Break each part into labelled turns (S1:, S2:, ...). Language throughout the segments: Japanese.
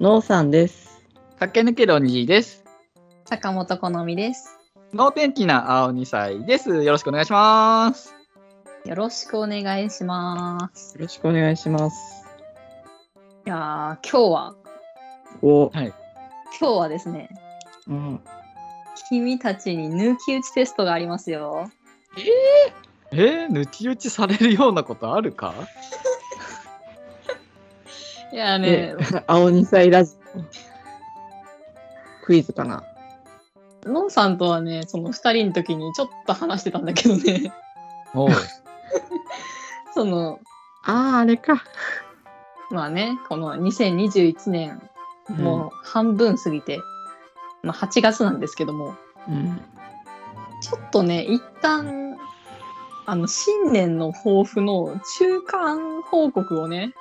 S1: のうさんです。
S2: 駆け抜けるおにぎりです。
S3: 坂本好みです。
S2: 能天気な青2歳です。よろしくお願いします。
S3: よろしくお願いします。
S1: よろしくお願いします。
S3: いやー、今日は、
S1: お、
S3: 今日はですね、
S1: うん、
S3: 君たちに抜き打ちテストがありますよ。
S2: えー、抜き打ちされるようなことあるか
S3: いやー
S1: え
S3: ね、
S1: 青二歳ラジオ。クイズかな。
S3: のんさんとはね、その二人の時にちょっと話してたんだけどね、
S2: おう
S3: その、
S1: ああ、あれか。
S3: まあね、この2021年、もう半分過ぎて、まあ8月なんですけども、
S1: うん、
S3: ちょっとね、一旦、あの、新年の抱負の中間報告をね、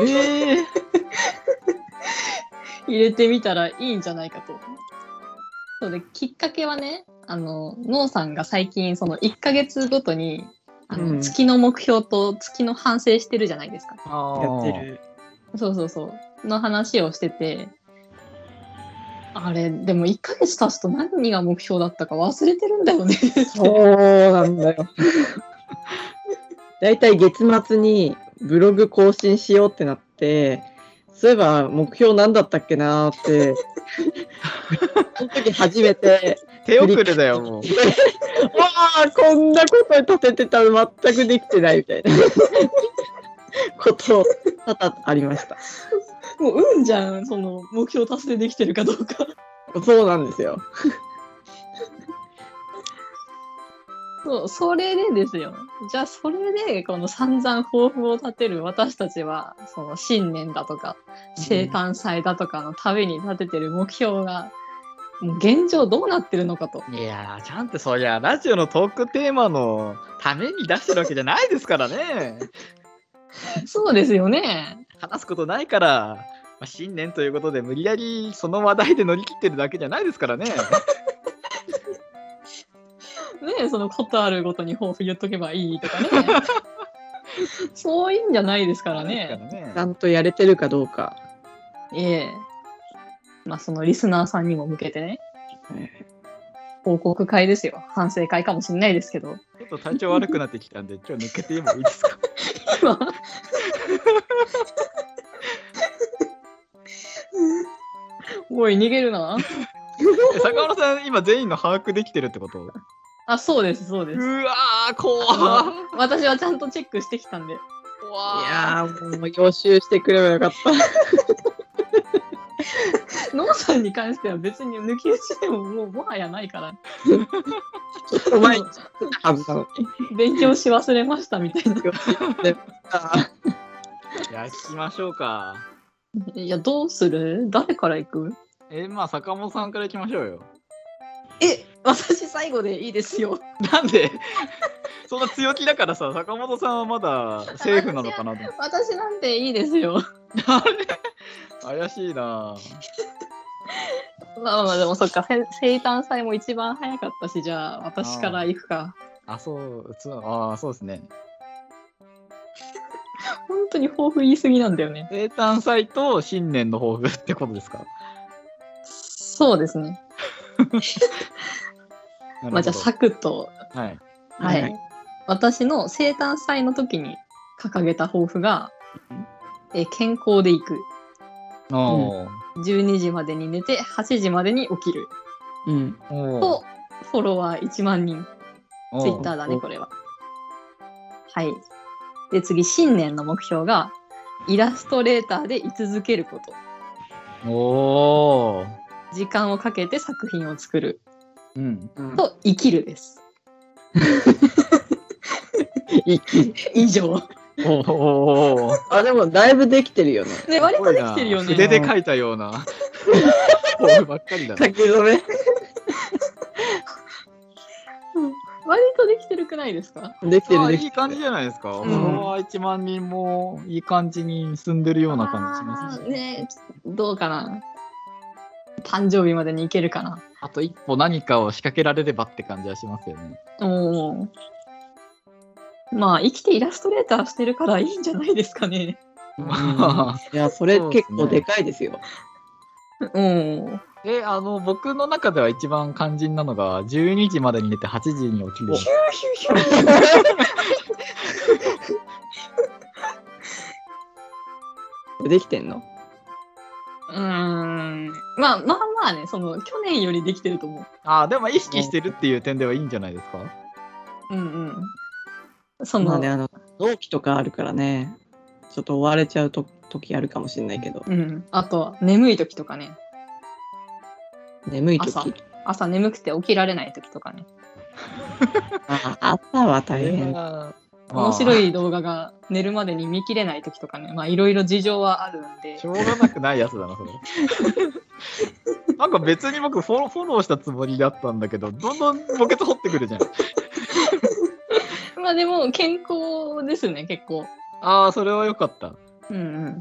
S2: えー、
S3: 入れてみたらいいんじゃないかと。そうできっかけはねあのノーさんが最近その1ヶ月ごとにあの、
S1: うん
S3: 月の目標と月の反省してるじゃないですか。
S2: あ
S1: や
S2: ー
S1: ってる。
S3: そうそうそうの話をしててあれでも1ヶ月経つと何が目標だったか忘れてるんだ よね。
S1: そうなんだよ。だいたい月末にブログ更新しようってなって、そういえば目標なんだったっけなー って、その時初めて、
S2: 手遅れだよ、もう。
S1: わあこんなことに立ててたの全くできてないみた いなこと多々ありました
S3: もううんじゃんその目標達成できてるかどうか。
S1: そうなんですよ
S3: そう、それでですよ。じゃあ、それで、この散々抱負を立てる私たちは、その新年だとか、生誕祭だとかのために立ててる目標が、もう現状どうなってるのかと。
S2: いやー、ちゃんとそりゃ、ラジオのトークテーマのために出してるわけじゃないですからね。
S3: そうですよね。
S2: 話すことないから、まあ、新年ということで、無理やりその話題で乗り切ってるだけじゃないですからね。
S3: ねえそのことあるごとに抱負言っとけばいいとかね。そういうんじゃないですから
S2: です
S3: ね。
S2: からね
S1: ちゃんとやれてるかどうか
S3: ええ。まあ、そのリスナーさんにも向けてね、報告会ですよ。反省会かもしれないですけど。
S2: ちょっと体調悪くなってきたんで、今日抜けてもいいです か
S3: 今おい逃げるな
S2: え坂本さん、今全員の把握できてるってことう
S3: あそうですそうです
S2: わー、怖ー。
S3: 私はちゃんとチェックしてきたんで
S1: い
S2: 怖ー。
S1: やーもう予習してくればよかった
S3: ノーさんに関しては別に抜き打ちでももうもはやないから
S1: ちょっと前に知ってたはずなのに
S3: 勉強し忘れましたみたいな
S1: 予習してた
S2: いや、聞きましょうか。
S3: いやどうする誰から行く
S2: え、まあ、坂本さんからいきましょうよ。
S3: え私最後でいいですよ
S2: なんでそんな強気だからさ、坂本さんはま だセーフなのかなと思って。
S3: 私なんていいですよ
S2: 怪しいなぁ。
S3: まあまあでもそっかせ生誕祭も一番早かったしじゃあ私から行くか
S2: あ、そう、つあーそうですね。
S3: 本当に抱負言い過ぎなんだよね
S2: 生誕祭と新年の抱負ってことですか
S3: そうですね。まあじゃあサ
S2: さ
S3: クッと、
S2: はい。
S3: は
S1: はい
S3: い。私の生誕祭の時に掲げた抱負が、え健康で行く。
S2: おー
S3: 12時までに寝て8時までに起きる。
S1: うん
S2: お
S3: と、フォロワー1万人。
S2: ー。
S3: ツイッターだ
S1: お
S3: ね、これは。はい。で、次、新年の目標が、イラストレーターで居続けること。
S2: おー。
S3: 時間をかけて作品を作る。
S2: うん。
S1: うん
S3: と、生き るです。
S1: いい
S3: 以上。
S2: おーおー。
S1: あでもだいぶできてるよね
S3: ね、 割とできてるよ
S2: すごいな筆
S3: ね。
S2: で書いたよう な。抱負ばっかりだな。
S1: 先ほどね
S3: 割とできてるくないですか
S1: できてる
S2: あー
S1: で
S2: いい
S1: きて
S2: 感じ
S1: る
S2: じゃないですか。フ
S3: うん
S2: ォロワー1万人もいい感じに進んでるような感じします
S3: あ
S2: ね。
S3: ーねどうかな誕生日までに行けるかな
S2: あと一歩何かを仕掛けられればって感じはしますよ ね。
S3: おーまあ生きてイラストレーターしてるからいいんじゃないですかね
S2: まあ
S1: いや、それ結構でかいですよ。
S3: うん。
S2: で、あの、僕の中では一番肝心なのが、12時までに寝て8時に起きる。
S1: できてんの
S3: うーん。まあまあまあね、その、去年よりできてると思
S2: ああ、でも意識してるっていう点ではいいんじゃないですか
S3: う。うんうん。そ
S1: ま
S3: の、
S1: あね、あの、納期とかあるからね、ちょっと追われちゃうと時あるかもしれないけど、
S3: うん。あとは、眠い時とかね。
S1: 眠い
S3: 朝
S1: 時
S3: 朝眠くて起きられない時とかね。
S1: あ朝は大変。
S2: 面
S3: 面白
S2: い。
S3: い動画が寝るまでに見切れない時とかね。まあいろいろ事情はあるんで
S2: し。ょうがなくないやつだな、それ。 なんか別に僕フォロー、フォローしたつもりだったんだけど、どんどんボケツ掘ってくるじゃん。
S3: まあでも健康ですね、結構。
S2: ああ、それは良かった。
S3: うんうん。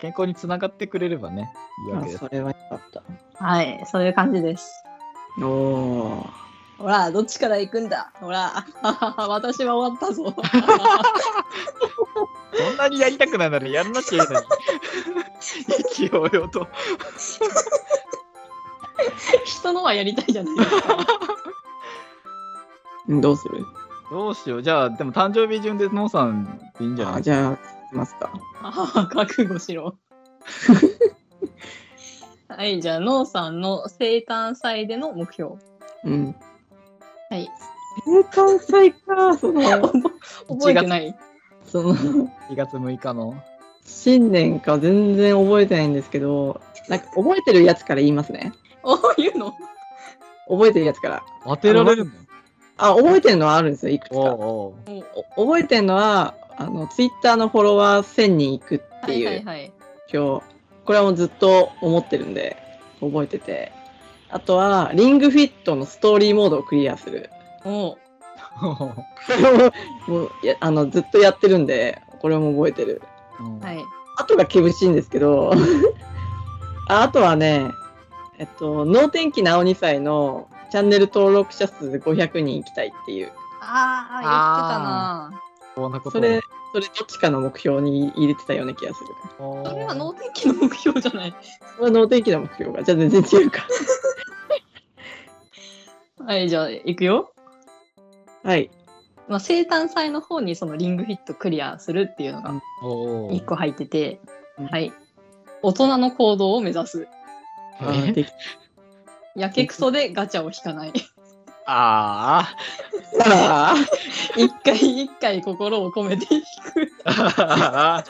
S2: 健康につながってくれればね、いいわ
S1: まあ、
S2: けです。
S1: それはよかった。
S3: はい、そういう感じです。
S1: おー。
S3: ほら、どっちから行くんだほら、 私は終わった ぞ。
S2: そんなにやりたくないならやんなきゃいいのに。 意気揚々と。
S3: 人のはやりたいじゃないですか。
S1: どうする
S2: どうしよう。じゃあ、でも誕生日順でノーさんでいいんじゃな
S1: あ
S2: い
S1: じゃあ、いますか。
S3: ああ、 覚悟しろ。はい、じゃあ、ノーさんの生誕祭での目標。
S1: うん。
S3: はい。
S1: 生誕祭か、その、
S3: 覚えてない。
S1: その、
S2: ?1 月6日の。
S1: 新年か全然覚えてないんですけど、なんか覚えてるやつから言いますね。
S3: おいうの
S1: 覚えてるやつから。
S2: 当てられるの
S1: あ、覚えてるのはあるんですよ、いくつか。
S2: おうおう
S1: お覚えてるのは、あの、ツイッターのフォロワー1000人いくっ
S3: は
S1: て
S3: い
S1: い
S3: はいうはい。
S1: 今日これはもうずっと思ってるんで、覚えてて。あとは、リングフィットのストーリーモードをクリアす る。
S3: おう
S1: これももういやあのずっとやってるんで、これも覚えてる。
S2: うん
S3: はい。
S1: あとが厳しいんですけど、 ああとはね、えっと、能天気なお2歳のチャンネル登録者数500人行きたいっていう、
S3: ああ、言って
S2: こんなこと
S1: それ、それどっちかの目標に入れてたような気がする。
S3: たな。それは能天気の目標じゃない。
S1: これは能天気な目標が、じゃあ全然違うか。
S3: はい、じゃあ、行くよ。
S1: はい。
S3: まあ、生誕祭の方にそのリングフィットクリアするっていうのが
S2: おう
S3: 1個入ってて、
S1: うん
S3: はい。大人の行動を目指す。
S1: あ ーでき
S3: やけくそでガチャを引か ない。
S2: あ
S1: た。
S3: 一回一回心を込めて引く。
S2: あ。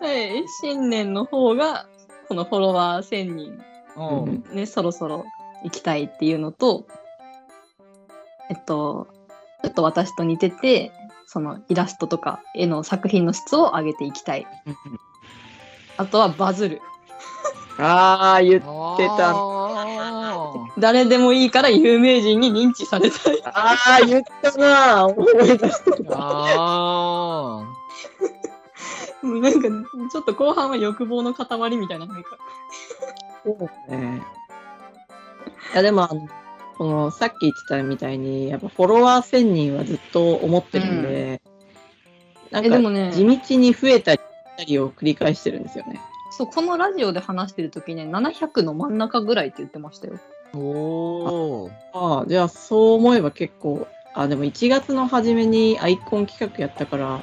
S3: はい。新年の方が、このフォロワー1000人
S2: おう
S3: ね、そろそろ行きたいっていうのと、えっと、ちょっと私と似てて、そのイラストとか絵の作品の質を上げていきたい。あとはバズる。
S1: ああ、言ってた。
S2: あ
S3: 誰でもいいから有名人に認知されたい。
S1: ああ、言ったな。思い出して
S2: ーあ
S3: もうなんか、ちょっと後半は欲望の塊みたいな。なんか
S1: そうね。いや、でも、あのこの、さっき言ってたみたいに、やっぱフォロワー1000人はずっと思ってるんで、
S3: えで
S1: な
S3: も
S1: ん
S3: ね
S1: か、地道に増えたりを繰り返してるんですよね。
S3: そう、このラジオで話してる時ね、700の真ん中ぐらいって言ってましたよ。
S2: ー。おお。
S1: ああ、じゃあ、そう思えば結構、あ、でも1月の初めにアイコン企画やったから、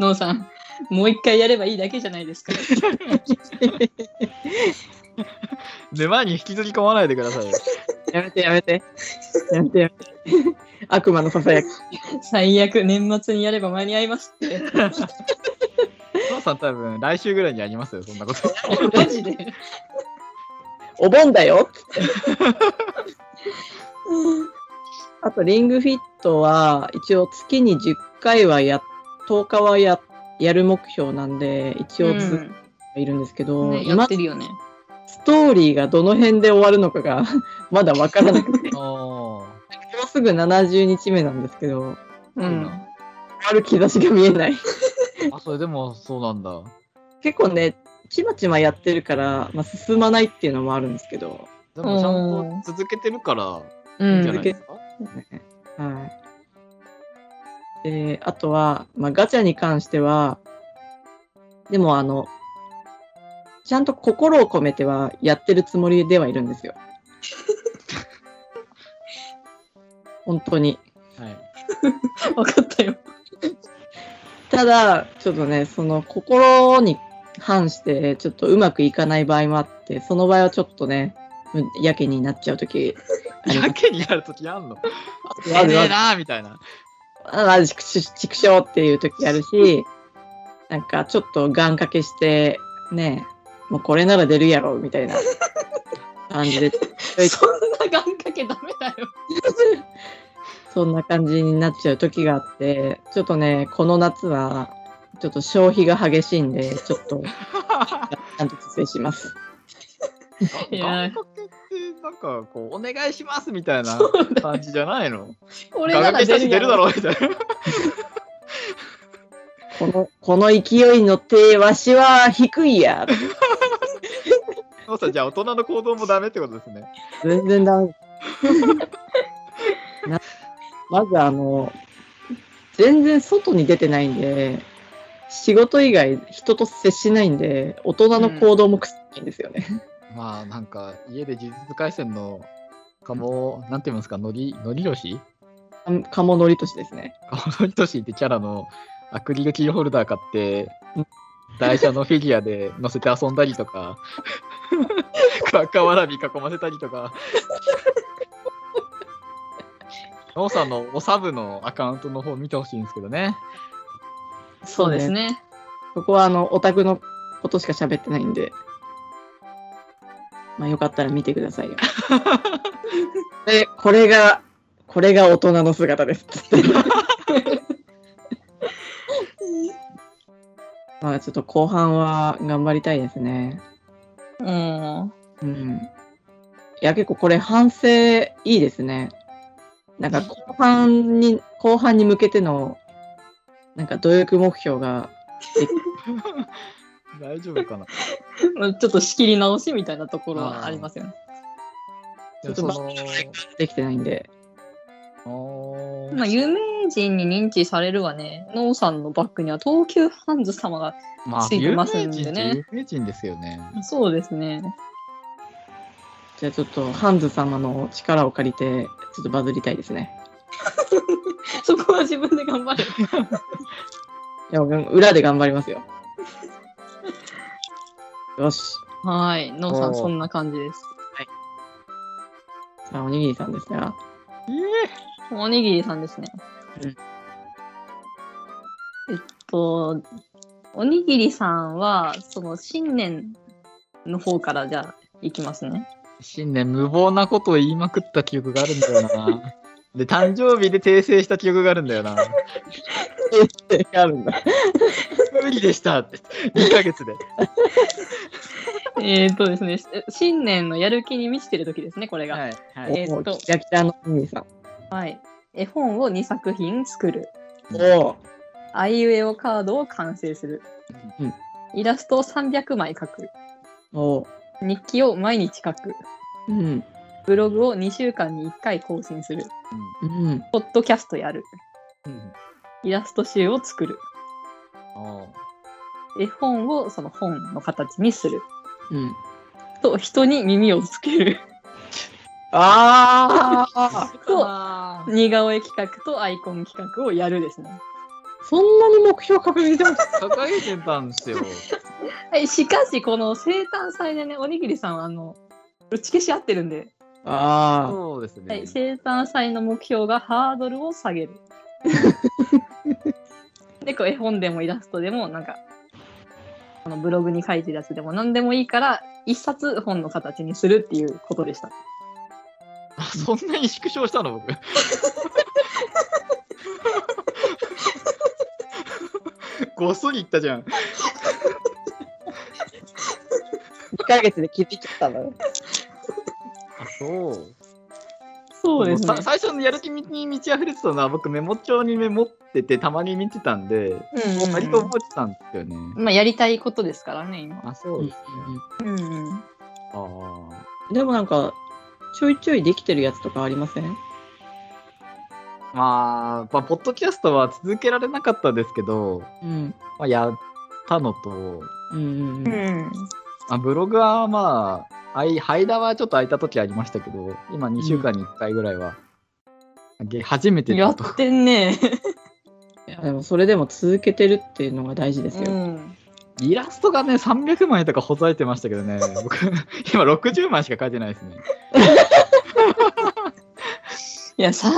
S3: ノーさん、もう一回やればいいだけじゃないですか。
S2: 沼に引きずり込まないでくださいよ。
S1: やめてやめ て。やめてやめて。 悪魔のささやき。
S3: 最悪、年末にやれば間に合いますって。
S2: 父さん多分来週ぐらいにやりますよ、そんな こと。
S3: マジで。
S1: お盆だよっつって。あと、リングフィットは、一応月に10回はや、10日はや、やる目標なんで、一応ずっといるんですけど、
S3: うんねや
S1: 今
S3: って、るよね。
S1: ストーリーがどの辺で終わるのかが、 まだわからなくて、も
S2: おー
S1: うすぐ70日目なんですけど、
S3: う
S2: いい
S3: ん。
S2: な
S1: ある兆しが見えない。
S2: あ、それでもそうなんだ。
S1: 結構ね、ちまちまやってるから、まあ、進まないっていうのもあるんですけど、
S2: でもちゃんと続けてるから、
S3: う
S2: いいんじゃ
S3: ん
S2: ないですか
S1: はい。で、あとは、まあ、ガチャに関しては、でもあの、ちゃんと心を込めてはやってるつもりではいるんですよ。本当に。
S2: はい。
S3: わかったよ。
S1: ただ、ちょっとね、その心に反して、ちょっとうまくいかない場合もあって、その場合はちょっとね、うんやけになっちゃうとき、
S2: やけにやるときあんの
S1: る
S2: やねえなーみたいな。
S1: ああ、ちくしちくしょうっていうときあるし、なんかちょっと願掛けして、ね、もうこれなら出るやろ、みたいな感じで、はい
S3: そんな願掛けダメだよ。
S1: そんな感じになっちゃう時があって、ちょっとね、この夏は、ちょっと消費が激しいんで、ちょっと、ちゃんと節制します。
S3: いや
S2: 願掛けって、なんかこう、お願いしますみたいな
S3: そうだ
S2: 感じじゃないの
S3: 俺
S2: 願掛
S3: なら
S2: けした
S3: 出
S2: し
S3: る
S2: 出
S3: や
S2: るだ
S3: ろ。
S2: ろうみたいな。
S1: この、この勢いの手、わしは低いや。
S2: そうさ、じゃあ大人の行動もダメってことですね。
S1: 全然ダメ。なまずあの、全然外に出てないんで、仕事以外人と接しないんで、大人の行動もくせないんですよね。
S2: まあなんか家で呪術廻戦のかも、なんて言いますか、のり、のりろし
S1: カモノリとしですね。
S2: かものりとしってキャラのアクリルキーホルダー買って
S1: うん、
S2: 台車のフィギュアで乗せて遊んだりとか、かかわらび囲ませたりとか。ノーさんのおサブのアカウントの方見てほしいんですけど ね。
S3: そうですね。
S1: そこはあの、オタクのことしか喋ってないんで、まあよかったら見てくださいよ。で、これが、これが大人の姿です。まあちょっと後半は頑張りたいですね。
S3: うん。
S1: うん。いや、結構これ反省いいですね。なんか後半に、後半に向けての、なんか努力目標が
S2: 大丈夫かな
S3: まあちょっと仕切り直しみたいなところはありますよね。
S1: ちょっと
S2: その
S1: できてないんで、
S2: おー
S3: まあ、有名人に認知されるはね、ノーさんのバッグには東急ハンズ様が、
S2: まあ、
S3: ついて
S2: 有名
S3: ますん
S2: 人っ
S3: で
S2: て
S3: ね
S2: 有名人ですよね。
S3: そうですね。
S1: じゃあちょっとハンズ様の力を借りて、ちょっとバズりたいですね。
S3: そこは自分で頑張れ。
S1: いや、裏で頑張りますよ。 よし。
S3: はい、ノーさ
S2: おー
S3: んそんな感じです。
S1: さあ、おにぎりさんですが、
S3: おにぎりさんですね。
S1: うん
S3: えっと、おにぎりさんは、その新年の方からじゃあ、いきますね。
S2: 新年無謀なことを言いまくった記憶があるんだよな。で、誕生日で訂正した記憶があるんだよな。
S1: え あるんだ。
S2: 無理でしたって。2ヶ月で。
S3: えっとですね、え新年のやる気に満ちてる時ですね、これが。
S2: はい。は
S1: お
S2: い、
S3: えーっと
S1: キラキラのおにぎりさん。
S3: 絵本を2作品作る。
S1: お
S3: あいうえおカードを完成する。
S1: うん
S3: イラストを300枚描く。
S1: おお
S3: 日記を毎日書く。
S1: ううん。
S3: ブログを2週間に1回更新する。
S1: うん。
S3: ポッドキャストやる。
S2: うん
S3: イラスト集を作る。
S2: おー
S3: 絵本をその本の形にする。
S1: うん。
S3: と、人に耳をつける。
S1: ああ
S3: と、似顔絵企画とアイコン企画をやるですね。
S1: そんなに目標掲げてます
S2: 掲げてたんですよ。
S3: はい、しかし、この生誕祭でね、おにぎりさんは、あの、打ち消し合ってるんで、
S1: あ
S2: そうですね。
S3: はい、生誕祭の目標がハードルを下 げる。でこう絵本でもイラストでもなんかあのブログに書いてるやつでも何でもいいから一冊本の形にするっていうことでした。
S2: あそんなに縮小した の僕。ごっそりいったじゃん。
S1: あ。2ヶ月で気づいちゃったの。
S2: あ、そう。
S3: そうですね
S2: もさ。最初のやる気に満ち溢れてたのは僕メモ帳にメモっててたまに見てたんで、
S3: うんうんうん
S2: 割と覚えてたんですよね。
S3: まあやりたいことですからね今。
S2: あ、そうですね。
S3: うんうん。
S2: ああ。
S1: でもなんか、ちょいちょいできてるやつとかありません
S2: まあ、まあ、ポッドキャストは続けられなかったですけど、
S1: うん。
S2: まあ、やったのと、
S1: うんうん
S3: う
S1: うん。
S3: ん。
S2: まあ、ブログはまあ、あい間はちょっと空いた時ありましたけど、今2週間に1回ぐらいは、げ初めて
S3: や
S2: だ
S3: っ
S2: と。
S3: てんね。
S1: いやでもそれでも続けてるっていうのが大事です
S3: う
S1: よ。
S3: ん。
S2: イラストがね、300枚とかほざいてましたけどね、僕、今60枚しか書いてないですね。
S3: いや、300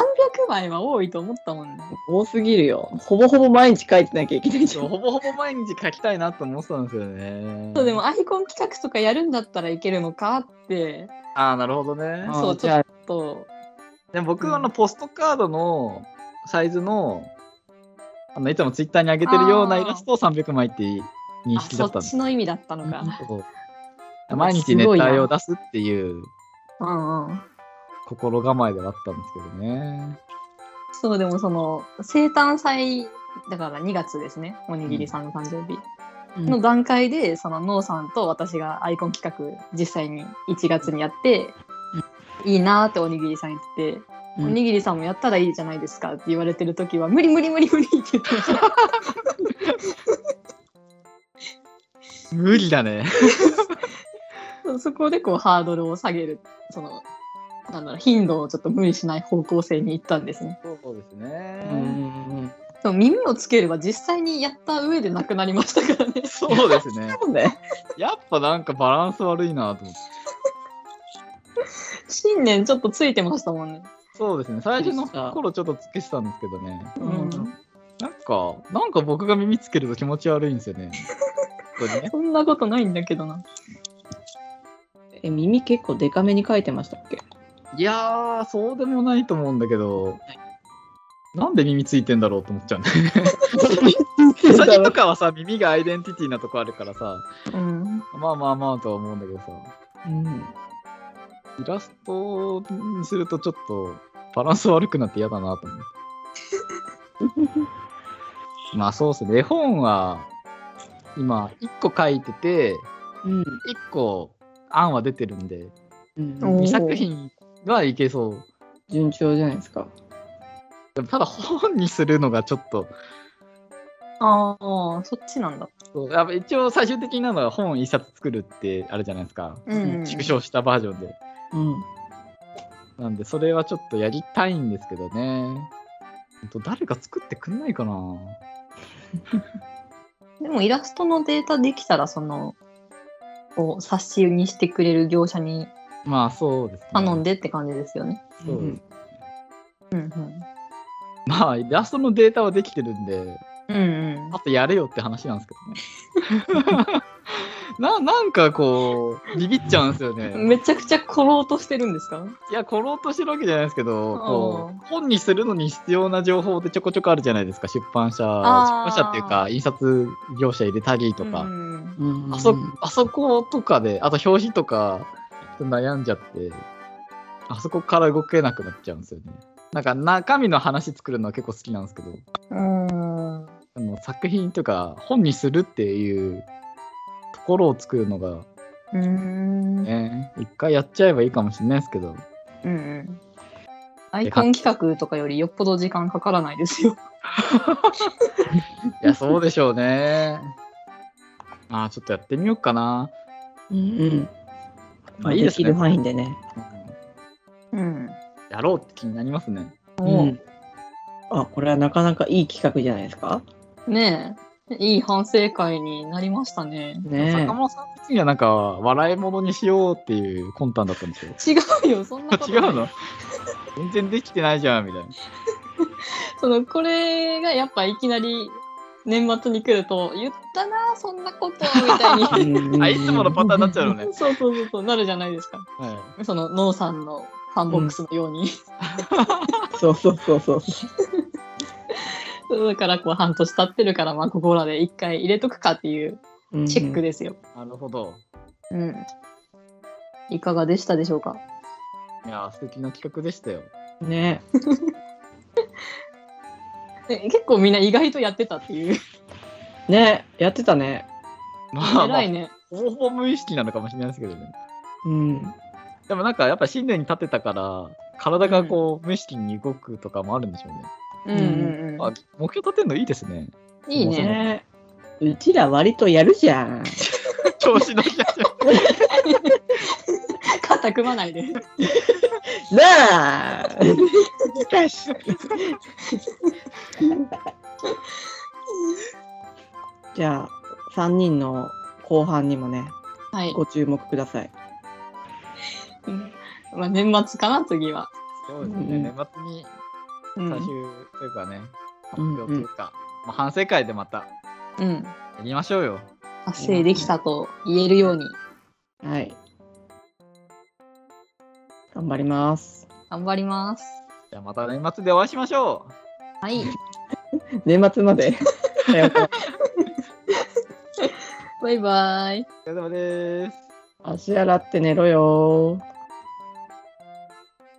S3: 枚は多いと思ったもんね。
S1: 多すぎるよ。ほぼほぼ毎日書いてなきゃいけないじゃ。
S2: そうんほぼほぼ毎日書きたいなと思ってたんですよね。
S3: そうでもアイコン企画とかやるんだったらいけるのかって、
S2: ああ、なるほどね。
S1: あー
S3: そう、ち
S1: じ
S3: ょ
S1: ゃ
S3: っと。
S2: でも僕
S3: うん
S2: はあのポストカードのサイズの、あのいつもツイッターに上げてるような
S3: あー
S2: イラストを300枚って認
S3: あ、
S2: 識だ
S3: そ
S2: ったん
S3: っ
S2: で
S3: ちの意味だったのか。
S2: そう毎日ネ
S1: すごいな
S2: タを出すっていう
S3: うんうん。
S2: 心構えではあったんですけどね。
S3: そう、でもその、生誕祭、だから2月ですね。おにぎりさんの誕生日。
S1: うん
S3: の段階で、その、ノーさんと私がアイコン企画、実際に1月にやって、いいなーっておにぎりさん言ってて、
S1: うん
S3: おにぎりさんもやったらいいじゃないですかって言われてる時は、無理無理無理無理って言ってまし た。
S2: 無理だね。
S3: そこでこうハードルを下げる、その、なんだろう、頻度をちょっと無理しない方向性に行ったんですね。
S2: そうです
S1: うんう
S2: ね。
S1: んうん
S3: でも耳をつければ実際にやった上でなくなりましたからね。
S2: そうですね。
S1: そうね。
S2: やっぱなんかバランス悪いなと思って。
S3: 新年ちょっとついてましたもんね。
S2: そうですね。最初の頃ちょっとつけてたんですけどね。
S1: う
S3: うんん。
S2: なんか、なんか僕が耳つけると気持ち悪いんですよね。これね。
S3: そんなことないんだけどな。
S1: え、耳結構デカめに書いてましたっけ
S2: いやー、そうでもないと思うんだけど、なんで耳ついてんだろうと思っちゃうんだよね。ウサギとかはさ、耳がアイデンティティなとこあるからさ、
S3: うん。
S2: まあまあまあとは思うんだけどさ、
S1: うん。
S2: イラストにするとちょっとバランス悪くなって嫌だなと思 う。まあそうですね、絵本は今1個書いてて、
S1: うん。
S2: 1個案は出てるんで、
S1: うん
S3: お
S2: 2作品はいけそう。
S1: 順調じゃないですか。
S2: でもただ本にするのがちょっと、
S3: ああ、そっちなんだ。
S2: そうやっぱ一応最終的なのは本一冊作るってあるじゃないですか、
S3: うん
S2: 縮小したバージョンで
S1: うん。
S2: なんでそれはちょっとやりたいんですけどねほんと誰か作ってくんないかな
S3: でもイラストのデータできたら、その、こう、冊子にしてくれる業者に
S2: まあそうですね
S3: 頼んでって感じですよね。
S2: そうですね
S3: うん
S2: まあイラストのデータはできてるんで
S3: うん。うん
S2: あとやれよって話なんですけどね ななんかこうビビっちゃうんですよね、
S3: うん。めちゃくちゃ来ろうとしてるんですか
S2: いや、来ろうとしてるわけじゃないですけど、こ
S3: うん
S2: う、本にするのに必要な情報ってちょこちょこあるじゃないですか、出版社、出
S3: あ
S2: 版
S3: ー
S2: 社っていうか、印刷業者入れたりと
S3: う
S2: か、
S3: ん
S1: うん。
S2: あそ、あそことかで、あと表紙とか、ちょっと悩んじゃって、あそこから動けなくなっちゃうんですよね。なんか中身の話作るのは結構好きなんですけど、
S3: うん。
S2: でも作品とか本にするっていうところを作るのが
S3: うん。
S2: ね、一回やっちゃえばいいかもしれないですけど、
S3: うんうん。アイコン企画とかよりよっぽど時間かからないですよ。
S2: いや、そうでしょうね。 まあ、ちょっとやってみようかな。
S1: うんうん。
S2: まあ、いいです
S1: でき
S2: ね。
S1: る範囲でね。
S3: うん。
S2: やろうって気になりますね。
S1: う
S3: も
S1: ん。あ、これはなかなかいい企画じゃないですか。
S3: うねえ、いい反省会になりましたね。
S1: ね
S2: 坂本さん的にはなんか、笑い物にしようっていう魂胆だったん ですよ。
S3: 違うよ、そんなこと
S2: 違
S3: ないう
S2: の全然できてないじゃん、みたいな。
S3: その、これがやっぱいきなり年末に来ると、言ったな、そんなこと、みたい
S1: え
S3: に。
S1: うん。
S2: あ、いつものパターンになっちゃうの ね。
S3: そうそうそうそう、なるじゃないですか。
S2: は
S3: その、ノーさんのファンボックスのように。
S1: そうそうそうそう。
S3: だから、こう、半年経ってるから、まあ、ここらで一回入れとくかっていう
S1: うん
S3: チェック。ですよ。
S2: い。なるほど。
S3: うん。いかがでしたでしょうか
S2: いや、素敵な企画でしたよ。
S1: ね。
S3: え結構みんな意外とやってたっていう。
S1: ね、やってたね。
S2: まあ、まあ
S3: 偉い、ね。
S2: ほぼほぼ無意識なのかもしれないですけどね。
S1: うん。
S2: でもなんか、やっぱ新年に立てたから、体がこう、無意識に動くとかもあるんでしょうね。
S3: うんうんう
S2: あ目標立てるのいいですね。
S3: ん。いいね。
S1: ねうちら割とやるじゃ ん。
S2: 調子乗りやすい。
S3: 肩組まないで。
S1: なあしじゃあ、3人の後半にもね、
S3: はい。
S1: ご注目ください。
S3: うんまあ、年末かな、次は。
S2: そうですね、
S1: うん
S2: 年末に
S3: う
S2: 最終
S3: ん。
S2: というかね、発表というか、まあ、反省会でまた
S3: うん、
S2: やりましょうよ。
S3: 達成できたと言えるように
S1: はい。頑張ります。
S3: 頑張ります。
S2: じゃあまた年末でお会いしましょう。
S3: はい。
S1: 年末まで。 さようなら
S3: バイバイ。
S2: お疲れ様です。
S1: 足洗って寝ろよー。